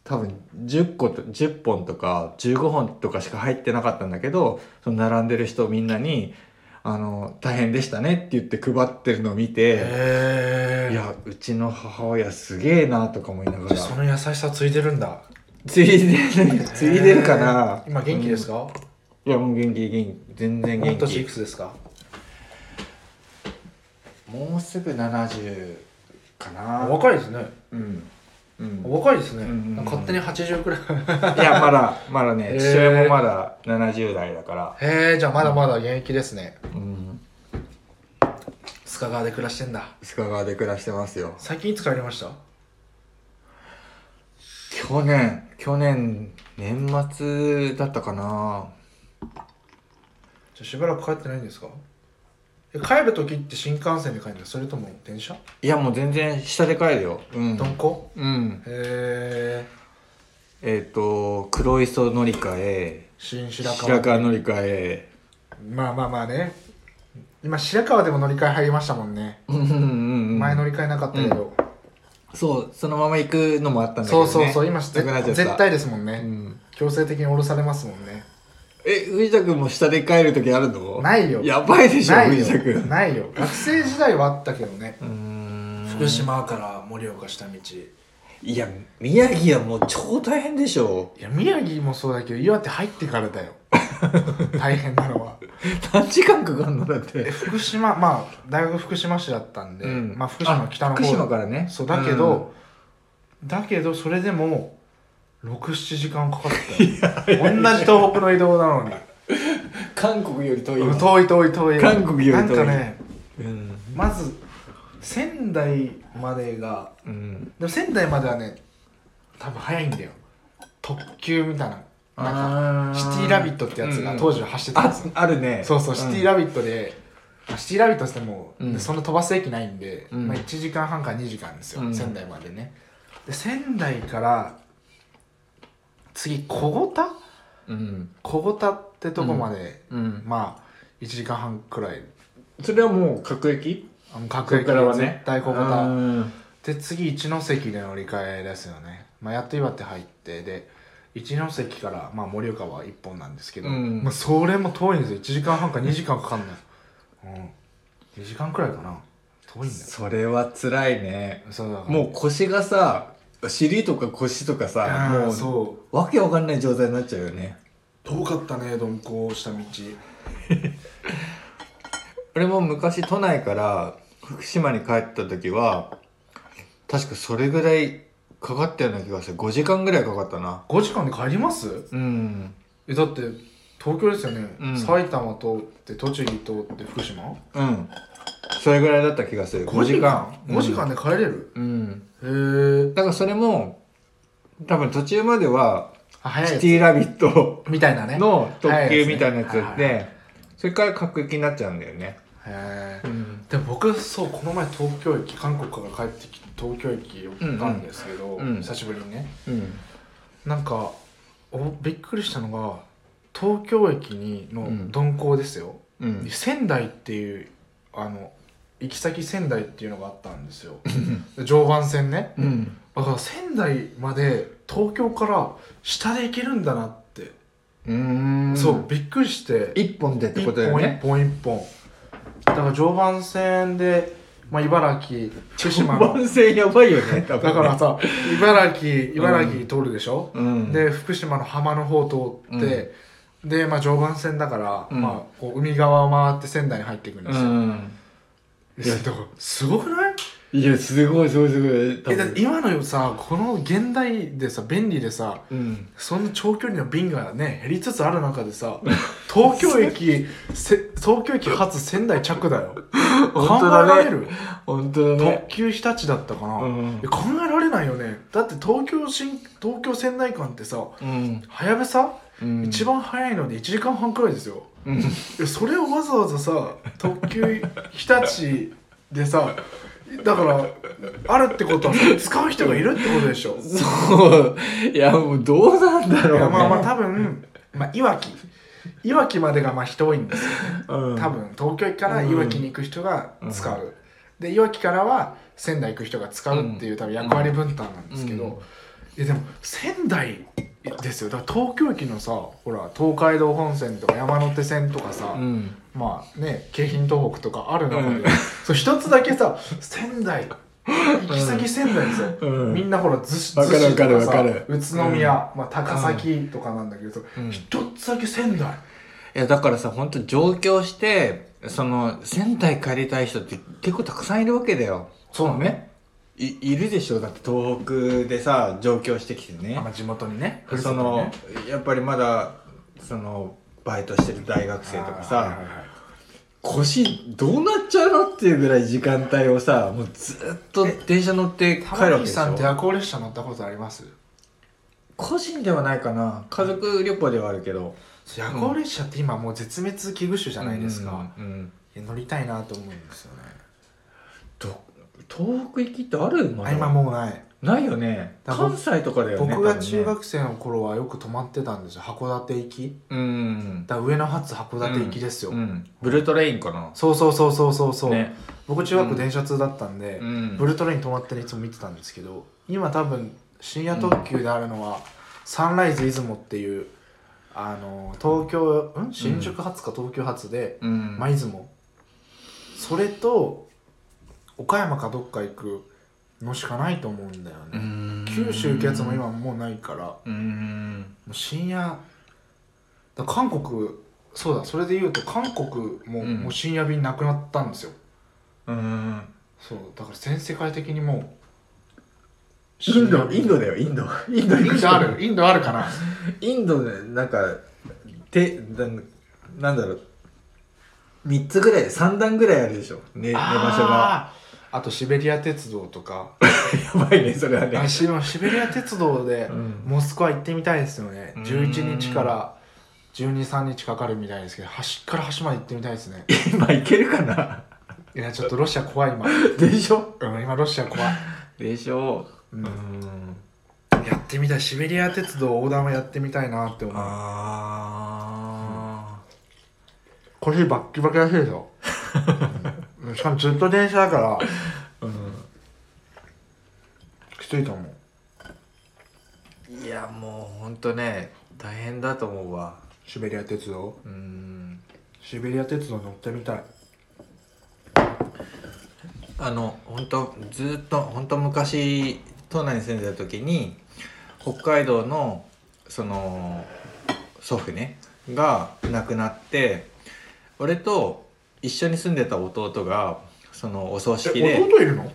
A: 多分10個と10本とか15本とかしか入ってなかったんだけどその並んでる人みんなに「あの大変でしたね」って言って配ってるのを見て
B: へえ
A: いやうちの母親すげえなとか思いながら
B: その優しさついてるんだ
A: ついでるついでるかな
B: へー今元気です
A: か、
B: か、
A: うんいやもう元気元気全然
B: 今
A: 元
B: 年
A: 気
B: いくつですか
A: もうすぐ70か
B: お
A: な
B: 若いですね
A: うん、うん、
B: お若いですね、
A: うんうんうん
B: 勝手に80くらい
A: いやまだまだね
B: へー
A: 父親もまだ70代だから
B: へえじゃあまだまだ現役ですね
A: うん
B: 須賀川で暮らしてんだ
A: 須賀川で暮らしてますよ
B: 最近いつ帰りました
A: 去年去年年末だったかな
B: じゃあしばらく帰ってないんですかえ帰る時って新幹線で帰るんですかそれとも電車
A: いやもう全然下で帰るようん
B: 鈍行
A: うん
B: へえ
A: えっ、と黒磯乗り換え
B: 新白川
A: 白川乗り換え
B: まあまあまあね今白川でも乗り換え入りましたもんね、
A: うんうんうん
B: 前乗り換えなかったけど、
A: そうそのまま行くのもあったんだけど、
B: そう
A: ね、
B: そうそう今
A: なくなっちゃった
B: 絶対ですもんね、
A: うん
B: 強制的に降ろされますもんね
A: え、藤田君も下で帰る時あるの
B: ないよ
A: や ばいでしょ、
B: ない
A: 藤田君
B: よ。ないよ学生時代はあったけどね
A: うーん
B: 福島から盛岡下道い
A: いや、宮城はもう超大変でしょ。
B: や宮城もそうだけど岩手入ってから だよ大変なのは
A: 何時間かかるのだって。
B: 福島まあ大学福島市だったんで、
A: うん
B: まあ、福島の北の方
A: あ福島からね
B: そうだけど、だけどそれでも67時間かか ったよ同じ東北の移動なのに
A: 韓国より遠いわ
B: うん遠い遠い遠い
A: 韓国より遠い
B: なんかね
A: うん。
B: まず仙台までが
A: うん。
B: でも仙台まではね多分早いんだよ特急みたいななん
A: あー
B: かシティラビットってやつ
A: うん
B: が
A: うん
B: 当時は走ってたんで
A: あ
B: すよ、、
A: あるね。
B: そうそう、シティラビットで、まあシティラビットっつっても、
A: うん
B: そんな飛ばす駅ないんで、
A: うん
B: まあ、1時間半から2時間ですよ、
A: うん
B: 仙台までねで仙台から次小五田
A: うん。
B: 小五田ってとこまで、
A: うん。
B: まあ1時間半くらい
A: それはもう各駅
B: あの各駅
A: そっからはね
B: 絶対小五
A: う
B: 田
A: ん
B: で次一ノ関で乗り換えですよね、まあ、やっと岩手入ってで一ノ関から、まあ、盛岡は1本なんですけど、
A: うん
B: まあ、それも遠いんですよ1時間半か2時間かかんない、うん、2時間くらいかな遠いんだよ
A: それは辛いね。
B: そうだから
A: もう腰がさ、尻とか腰とかさ、
B: あー
A: もう、
B: そ
A: わけわかんない状態になっちゃうよね。
B: う遠かったね鈍行した道
A: 俺も昔都内から福島に帰った時は確かそれぐらいかかったような気がする5時間ぐらいかかったな
B: 5時間で帰ります
A: うん
B: えだって東京ですよね、
A: うん
B: 埼玉通って栃木通って福島
A: うんそれぐらいだった気がする5時間
B: 5時間で帰れる、
A: うん、うん
B: へえ
A: だからそれも多分途中までは
B: 早い
A: シ
B: や
A: ティラビット
B: つみたいなね
A: の特急みたいなやつ
B: は
A: やっ
B: いはい
A: てそれから各駅になっちゃうんだよね
B: へ
A: う
B: え
A: ん
B: でも僕そうこの前東京駅韓国から帰ってきて東京駅を行ったんですけど、
A: うんうんうん
B: 久しぶりにね
A: うん
B: なんかおびっくりしたのが東京駅にの
A: うん
B: 鈍行ですよ、
A: うん
B: 仙台っていうあの行き先仙台っていうのがあったんで すよで常磐線ね
A: うん
B: だから仙台まで東京から下で行けるんだなって、
A: うん
B: そうびっくりして
A: 1本でってことだよね
B: 一本一本一本だから常磐線で、まあ、茨城福島の
A: 番線やばいよね多分
B: だからさ茨城茨城通るでしょ、
A: うん
B: で福島の浜の方通って、で、まあ、常磐線だから、
A: うん
B: まあ、こう海側を回って仙台に入っていくんで
A: う
B: すよ、
A: ん
B: いやだからすごくない
A: いやすごいすごいすごい多
B: えだっ
A: 分
B: て今のさこの現代でさ便利でさ
A: うん
B: そんな長距離の便がね減りつつある中でさ東京駅せ東京駅発仙台着だよ考
A: 本当
B: えら
A: だ
B: れ
A: ね
B: る、
A: 本当だね
B: 特急日立だったかな、
A: うん
B: いや考えられないよねだって東京新東京仙台間ってさ
A: うん、
B: はやぶさ、
A: うん、
B: 一番早いので1時間半くらいですよ
A: うん
B: いやそれをわざわざさ特急日立でさだからあるってことはさ使う人がいるってことでしょ
A: そういやもうどうなんだ
B: い
A: ろうね
B: やまあまあ多分、まあ、いわきいわきまでがまあ人多いんですよ
A: うん
B: 多分東京駅からいわきに行く人が使う、でいわきからは仙台行く人が使うっていう多分役割分担なんですけど、
A: うん
B: いやでも仙台ですよだから東京駅のさほら東海道本線とか山手線とかさ、
A: うん
B: まあね京浜東北とかある中で、
A: うん
B: そう一つだけさ仙台行き先仙台ですよ、
A: うん
B: みんなほら逗子
A: わかる
B: 逗子とか
A: わか
B: さ
A: るわかる
B: 宇都宮、まあ、高崎とかなんだけど、
A: うん
B: 一つだけ仙台
A: いやだからさ本当上京してその仙台帰りたい人って結構たくさんいるわけだよ
B: そうだね
A: いいるでしょだって東北でさ上京してきてね
B: まあ、地元にねふるさ
A: そ
B: とにね
A: のやっぱりまだそのバイトしてる大学生とかさ、
B: はいはいはい
A: 腰どうなっちゃうのっていうぐらい時間帯をさもうずっと電車乗って帰
B: 玉
A: るわけ
B: 木
A: でし
B: さんって
A: ょ
B: 夜行列車乗ったことあります
A: 個人ではないかな家族旅行ではあるけど
B: 夜行列車って今もう絶滅危惧種じ
A: じ
B: ゃないですか、
A: うんうん
B: いや乗りたいなと思うんですよね
A: ど東北行きってあるま
B: あ
A: だ
B: 今もうない
A: ないよね
B: だから
A: 関西とかだよね
B: 僕が
A: 多分ね
B: 中学生の頃はよく泊まってたんですよ函館行き
A: うん
B: だから上野発函館行きですよ、
A: うんブルートレインかな
B: そうそうそうそうそうそう、
A: ね
B: 僕中学電車通だったんで、
A: うん
B: ブルートレイン泊まってるいつも見てたんですけど今多分深夜特急であるのは、サンライズ出雲っていうあの東京ん新宿発か東京発で、
A: うん
B: 舞雲それと岡山かどっか行くのしかないと思うんだよ
A: う
B: ね、
A: ん
B: 九州行くやつも今もうないからも
A: うん
B: う深夜だ韓国そうだそれで言うと韓国も,、
A: うん
B: もう深夜便なくなったんですよ
A: うん
B: そうだから全世界的にもう
A: インドインド
B: で
A: だよインドインド
B: インドあるインドあるかな
A: インドでなんかてななんだろう3つぐらい3段ぐらいあるでしょ寝寝場所が
B: あーあとシベリア鉄道とか
A: やばいねそれはね
B: あしシベリア鉄道で
A: うん
B: モスクワ行ってみたいですよね
A: うん
B: 11日から123日かかるみたいですけど端から端まで行ってみたいですね
A: 今いけるかない
B: やちょっとロシア怖い今、
A: でしょ
B: うん、今ロシア怖い、
A: でしょ
B: うん
A: ん
B: やってみたいシベリア鉄道横断はやってみたいなって思う
A: あ
B: 腰バッキバキらしいです よ、うんしかもずっと電車だから
A: ーうん
B: きついと思う
A: いやもうほんとね大変だと思うわ
B: シベリア鉄道
A: うん
B: シベリア鉄道乗ってみたい
A: あの本当ずっと本当昔都内に住んでた時に北海道のその祖父ねが亡くなって俺と一緒に住んでた弟がそのお葬式
B: え
A: で
B: 弟いるの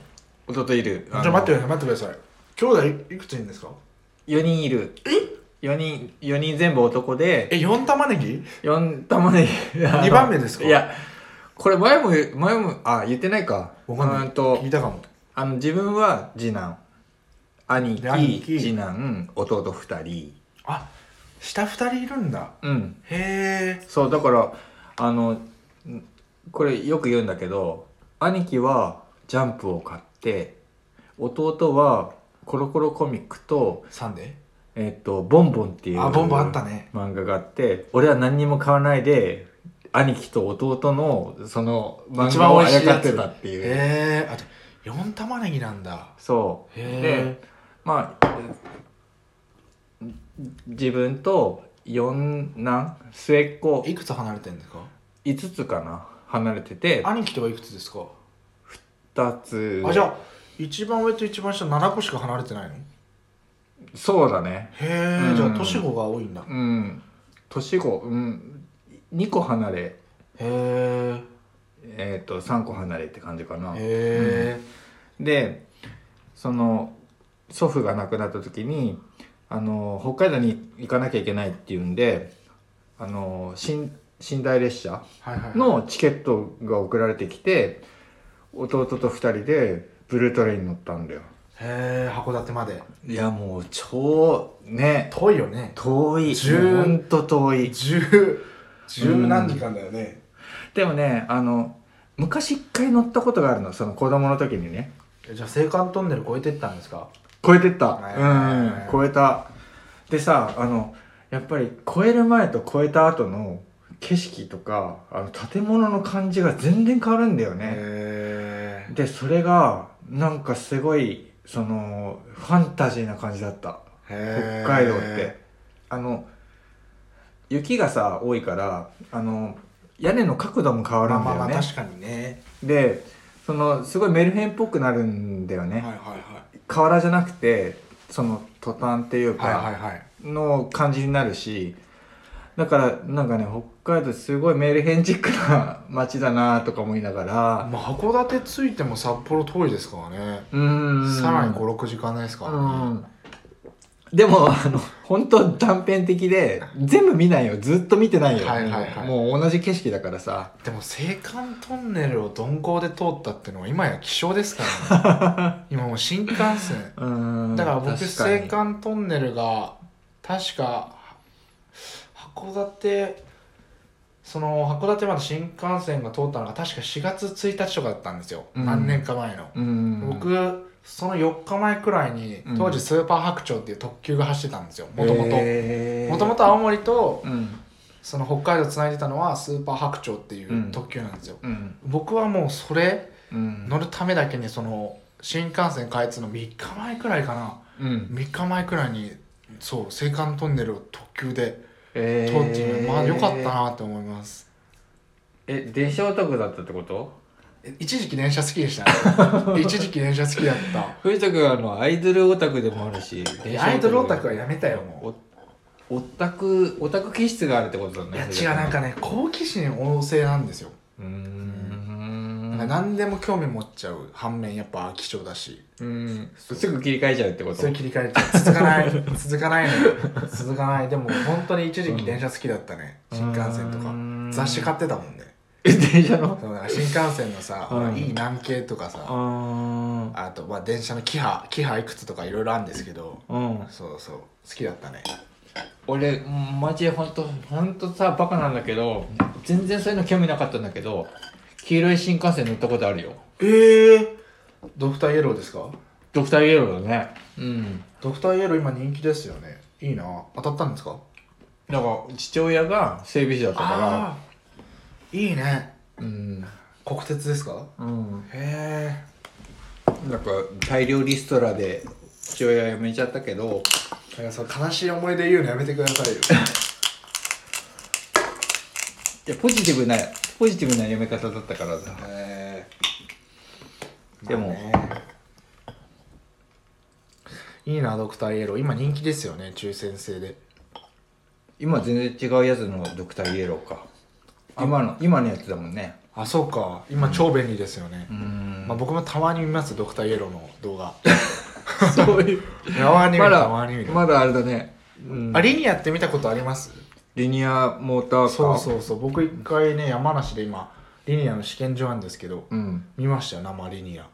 A: 弟いる
B: じゃあ待ってください待ってください兄弟いいくついるんですか
A: 4人いる4人4人全部男で
B: え四玉ねぎ
A: 4玉ねぎ2
B: 二番目ですか
A: いやこれ前も前もあ言ってないか
B: わかんな
A: う
B: い
A: んと
B: 聞いたかも
A: あの自分は次男兄貴
B: で兄貴
A: 次男弟二人
B: あ下二人いるんだ
A: うん
B: へえ
A: そうだからあのんこれよく言うんだけど兄貴はジャンプを買って弟はコロコロコミックと
B: サンデ
A: 「えっとボンボン」っていう
B: ーあボンボンあったね
A: 漫画があって俺は何にも買わないで兄貴と弟のその漫
B: 一
A: 画
B: 番
A: を
B: 美
A: あ
B: 味しいや
A: やかっ
B: つ
A: てたっていう、
B: へえあと四玉ねぎなんだ
A: そう
B: へえ
A: まあえー自分と四男末っ子
B: いくつ離れてるんですか
A: 5つかな離れてて
B: 兄貴とはいくつですか
A: 2つ
B: あじゃあ一番上と一番下七個しか離れてないのへ
A: そうだねう
B: え
A: ん
B: じゃあ年子が多いんだへ
A: うん年子うん2個離れ
B: え
A: えっ、と3個離れって感じかな
B: へえ
A: でその祖父が亡くなった時にあの北海道に行かなきゃいけないっていうんであの寝寝台列車
B: はいはい
A: のチケットが送られてきて弟と2人でブルートレインに乗ったんだよ
B: へえ函館まで
A: いやもう超ね
B: 遠いよね
A: 遠い
B: 十
A: ほんと遠い
B: 十十
A: うん
B: 何時間だよね、
A: でもねあの昔一回乗ったことがあるのその子供の時にね
B: えじゃあ青函トンネル越えてったんですか
A: 超えてった、
B: はいはいはいはい
A: うん超えたでさあのやっぱり超える前と超えた後の景色とかあの建物の感じが全然変わるんだよね、
B: へ
A: でそれがなんかすごいそのファンタジーな感じだった
B: え
A: 北海道ってあの雪がさ多いからあの屋根の角度も変わる
B: まあ
A: んだ
B: ま
A: よ
B: あ
A: ね、
B: まあ確かにね
A: でそのすごいメルヘンっぽくなるんだよね、
B: はいはいはい
A: 瓦じゃなくてそのトタンっていうか、
B: はいはいはい
A: の感じになるしだからなんかね北海道すごいメルヘンチックな街だなとか思いながら
B: まあ函館着いても札幌遠いですからね
A: うーん
B: さらに56時間ないですからね
A: うんでもあの本当断片的で全部見ないよずっと見てないよ、
B: はいはいはい
A: もう同じ景色だからさ
B: でも青函トンネルを鈍行で通ったってのは今や希少ですから ね今もう新幹線
A: うーん
B: だから僕青
A: 確かに
B: 函トンネルが確か函館その函館まで新幹線が通ったのが確か4月1日とかだったんですよ、
A: うん
B: 何年か前の、
A: うん
B: 僕その4日前くらいに
A: うん
B: 当時スーパー白鳥っていう特急が走ってたんですよもともと
A: へー
B: もともと青森と
A: うん
B: その北海道つないでたのはスーパー白鳥っていうんう特急なんですよ、
A: うん
B: 僕はもうそれ
A: うん
B: 乗るためだけにその新幹線開通の3日前くらいかな
A: うん
B: 3日前くらいにそう青函トンネルを特急で
A: え
B: 通
A: ー
B: っていうのはまあ良かったなって思います
A: え電車オタクだったってこと
B: え一時期電車好きで したね一時期電車好きだった
A: 藤田君あのアイドルオタクでもあるし
B: いやアイドルオタクはやめたよも
A: おオタクオタク気質があるってことだ
B: うい
A: ね
B: や
A: 藤
B: 違
A: 田
B: う
A: 君
B: なんかね好奇心旺盛なんですよ、
A: うーん
B: なんか何でも興味持っちゃう反面やっぱ貴重だし
A: うんすぐ切り替えちゃうってこと
B: それ切り替えちゃう続かない続かないのよ続かないでも本当に一時期電車好きだったね、新幹線と
A: う
B: か
A: ーん
B: 雑誌買ってたもんね
A: え電車の
B: そうだから新幹線のさ、
A: うん
B: ほらいい南京とかさ
A: あ
B: あとまあ電車のキハキハいくつとかいろいろあるんですけど
A: あうん
B: そうそう好きだったね
A: 俺マジでほんとほんとさバカなんだけど全然そういうの興味なかったんだけど黄色い新幹線乗ったことあるよ
B: ええドクターイエローですか
A: ドクターイエローだねうん
B: ドクターイエロー今人気ですよねいいな当たったんですか
A: だから父親が整備士だったか
B: あいいね
A: らうん
B: 国鉄ですか
A: うん
B: へ
A: なんか大量リストラで父親は辞めちゃったけど
B: えそう悲しい思い出言うのやめてくださいよ
A: いやポジティブなポジティブな辞め方だったからさ
B: へえ
A: でも
B: いいなドクターイエロー今人気ですよね抽選制で
A: 今全然違うやつのドクターイエローか今の今のやつだもんね
B: あそうか今超便利ですよね、
A: うん
B: まあ、僕もたまに見ますドクターイエローの動画
A: そういう
B: たまに見
A: ま
B: る
A: だ
B: たまに見る、
A: まだあれだね、うん
B: あリニアって見たことあります
A: リニアモーターカー
B: そうそうそう僕一回ね山梨で今リニアの試験場なんですけど
A: うん
B: 見ましたよ生リニア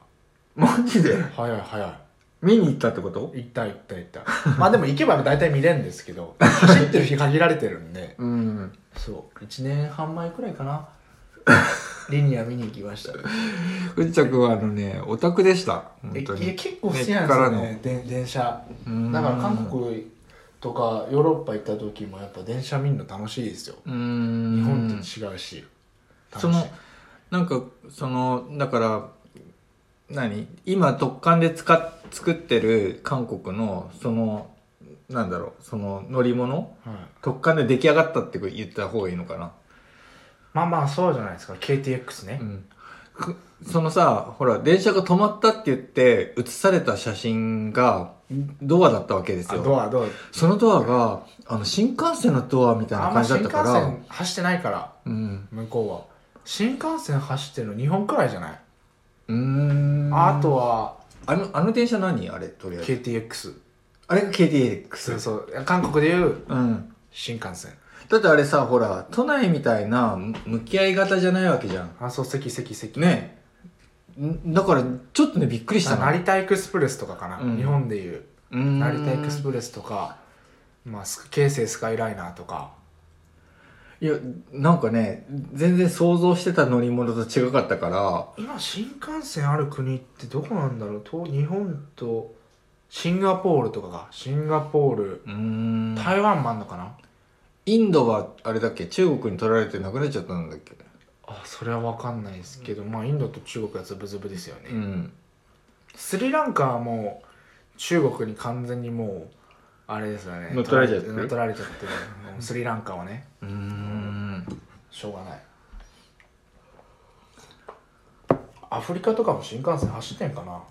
A: マジで
B: 早い早い
A: 見に行ったってこと
B: 行った行った行ったまあでも行けば大体見れるんですけど走ってる日限られてるんで
A: うん
B: そう1年半前くらい かなリニア見に行きました
A: 藤田君はあのねオタクでした
B: え
A: 本
B: い
A: 当
B: や
A: に
B: 結構好きなんですよねで電車
A: うん
B: だから韓国とかヨーロッパ行った時もやっぱ電車見るの楽しいですよ
A: うん
B: 日本と違うし楽しい
A: そのなんかそのだから何今特艦で使っ作ってる韓国のそのなんだろうその乗り物
B: はい
A: 特艦で出来上がったって言った方がいいのかな、
B: まあまあそうじゃないですか KTX ね
A: うん、くそのさほら電車が止まったって言って写された写真がドアだったわけです
B: あ
A: よ
B: ドアドア
A: そのドアがあの新幹線のドアみたい
B: あ
A: なん
B: ま
A: 感じだっ
B: 新幹
A: たから
B: 線走ってないから
A: うん
B: 向こうは新幹線走ってるの日本くらいじゃないう
A: ーん
B: あとは
A: あのあの電車何あれとりあえず
B: KTX
A: あれが KTX
B: そうそう韓国でいう
A: うん
B: 新幹線
A: だってあれさほら都内みたいなむ向き合い型じゃないわけじゃん
B: あそう関関関
A: ねんだからちょっとねびっくりした
B: あ
A: な
B: 成田エクスプレスとかかな、
A: うん
B: 日本でいう成
A: 成
B: 田エクスプレスとか、まあ、ス京成スカイライナーとか
A: いやなんかね全然想像してた乗り物と違かったから
B: 今新幹線ある国ってどこなんだろう東日本とシンガポールとかがシンガポール
A: うーん
B: 台湾もあんのかな、
A: インドはあれだっけ中国に取られてなくなっちゃったんだっけ
B: あそれは分かんないですけど、まあインドと中国はズブズブですよね、
A: うん
B: スリランカはもう中国に完全にもうあれですよね
A: 乗っ取られちゃってる
B: 乗っ取られちゃってるうんスリランカはね
A: うーん
B: しょうがないアフリカとかも新幹線走ってんかな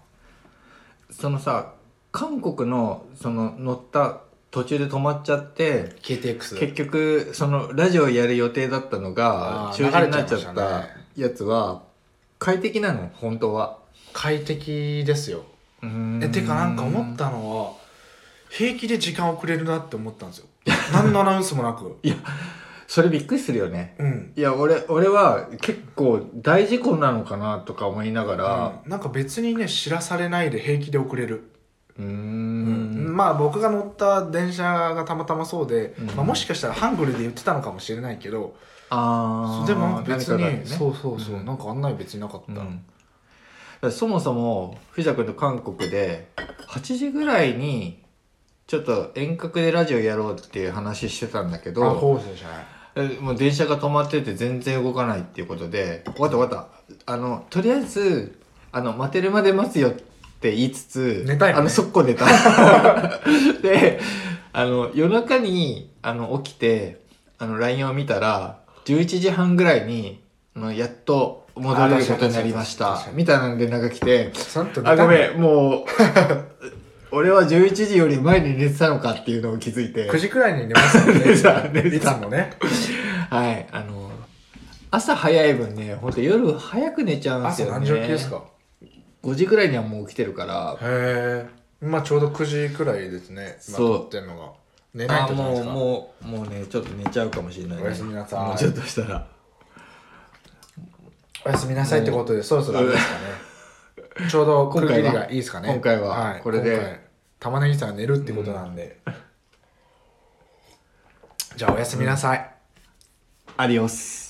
A: そのさ韓国のその乗った途中で止まっちゃって
B: KTX
A: 結局そのラジオやる予定だったのが
B: あー
A: 中止になっちゃ
B: 流れちゃい
A: っ
B: ました
A: た
B: ね
A: やつは快適なの本当は
B: 快適ですよ
A: うー
B: えてかなんか思ったのは平気で時間遅れるなって思ったん ですよ何のアナウンスもなく
A: それびっくりするよね
B: うん
A: いや俺俺は結構大事故なのかなとか思いながら
B: うんなんか別にね知らされないで平気で遅れる
A: うー
B: うん
A: ん
B: まあ僕が乗った電車がたまたまそうで、
A: うん
B: まあ、もしかしたらハングルで言ってたのかもしれないけど
A: ああ
B: でも別に、そううそうそう、
A: ん
B: なんか案内別になかった、
A: だからそもそも藤田君と韓国で8時ぐらいにちょっと遠隔でラジオやろうっていう話してたんだけ
B: あ
A: ど
B: 候補生じゃない
A: えもう電車が止まってて全然動かないっていうことで「わかったわかったあのとりあえずあの待てるまで待つよ」って言いつつ
B: 寝たよね
A: あの速攻 寝たであの夜中にあの起きてあの LINE を見たら11時半ぐらいにあのやっと戻れることになりまし
B: あ確
A: た
B: かに確かに
A: みたいなんでなんか来て
B: ちゃんと
A: 「あごめ
B: ん
A: んもう 俺は11時より前に寝てたのか」っていうのを気づいて
B: 9時くらいに寝ますよね
A: 寝た寝た
B: いつもね
A: はい、あの、朝早い分ね、本当夜早く寝ちゃうんです
B: 朝
A: よね。
B: 何時起きですか
A: ?5 時ぐらいにはもう起きてるから、
B: へえまあちょうど9時くらいですね今
A: そう
B: 撮ってんのが寝ない
A: あ
B: とじゃない
A: も
B: で
A: う、
B: すか
A: もう、もうね、ちょっと寝ちゃうかもしれない、ね。
B: おやすみなさい
A: もうちょっとしたら。
B: おやすみなさいってことでそろそろあれです かねちょうど区切りがいいですかね
A: 今回は
B: はい、
A: これで
B: 今回玉ねぎさんは寝るってことなんで、じゃあおやすみなさい、
A: アディオス。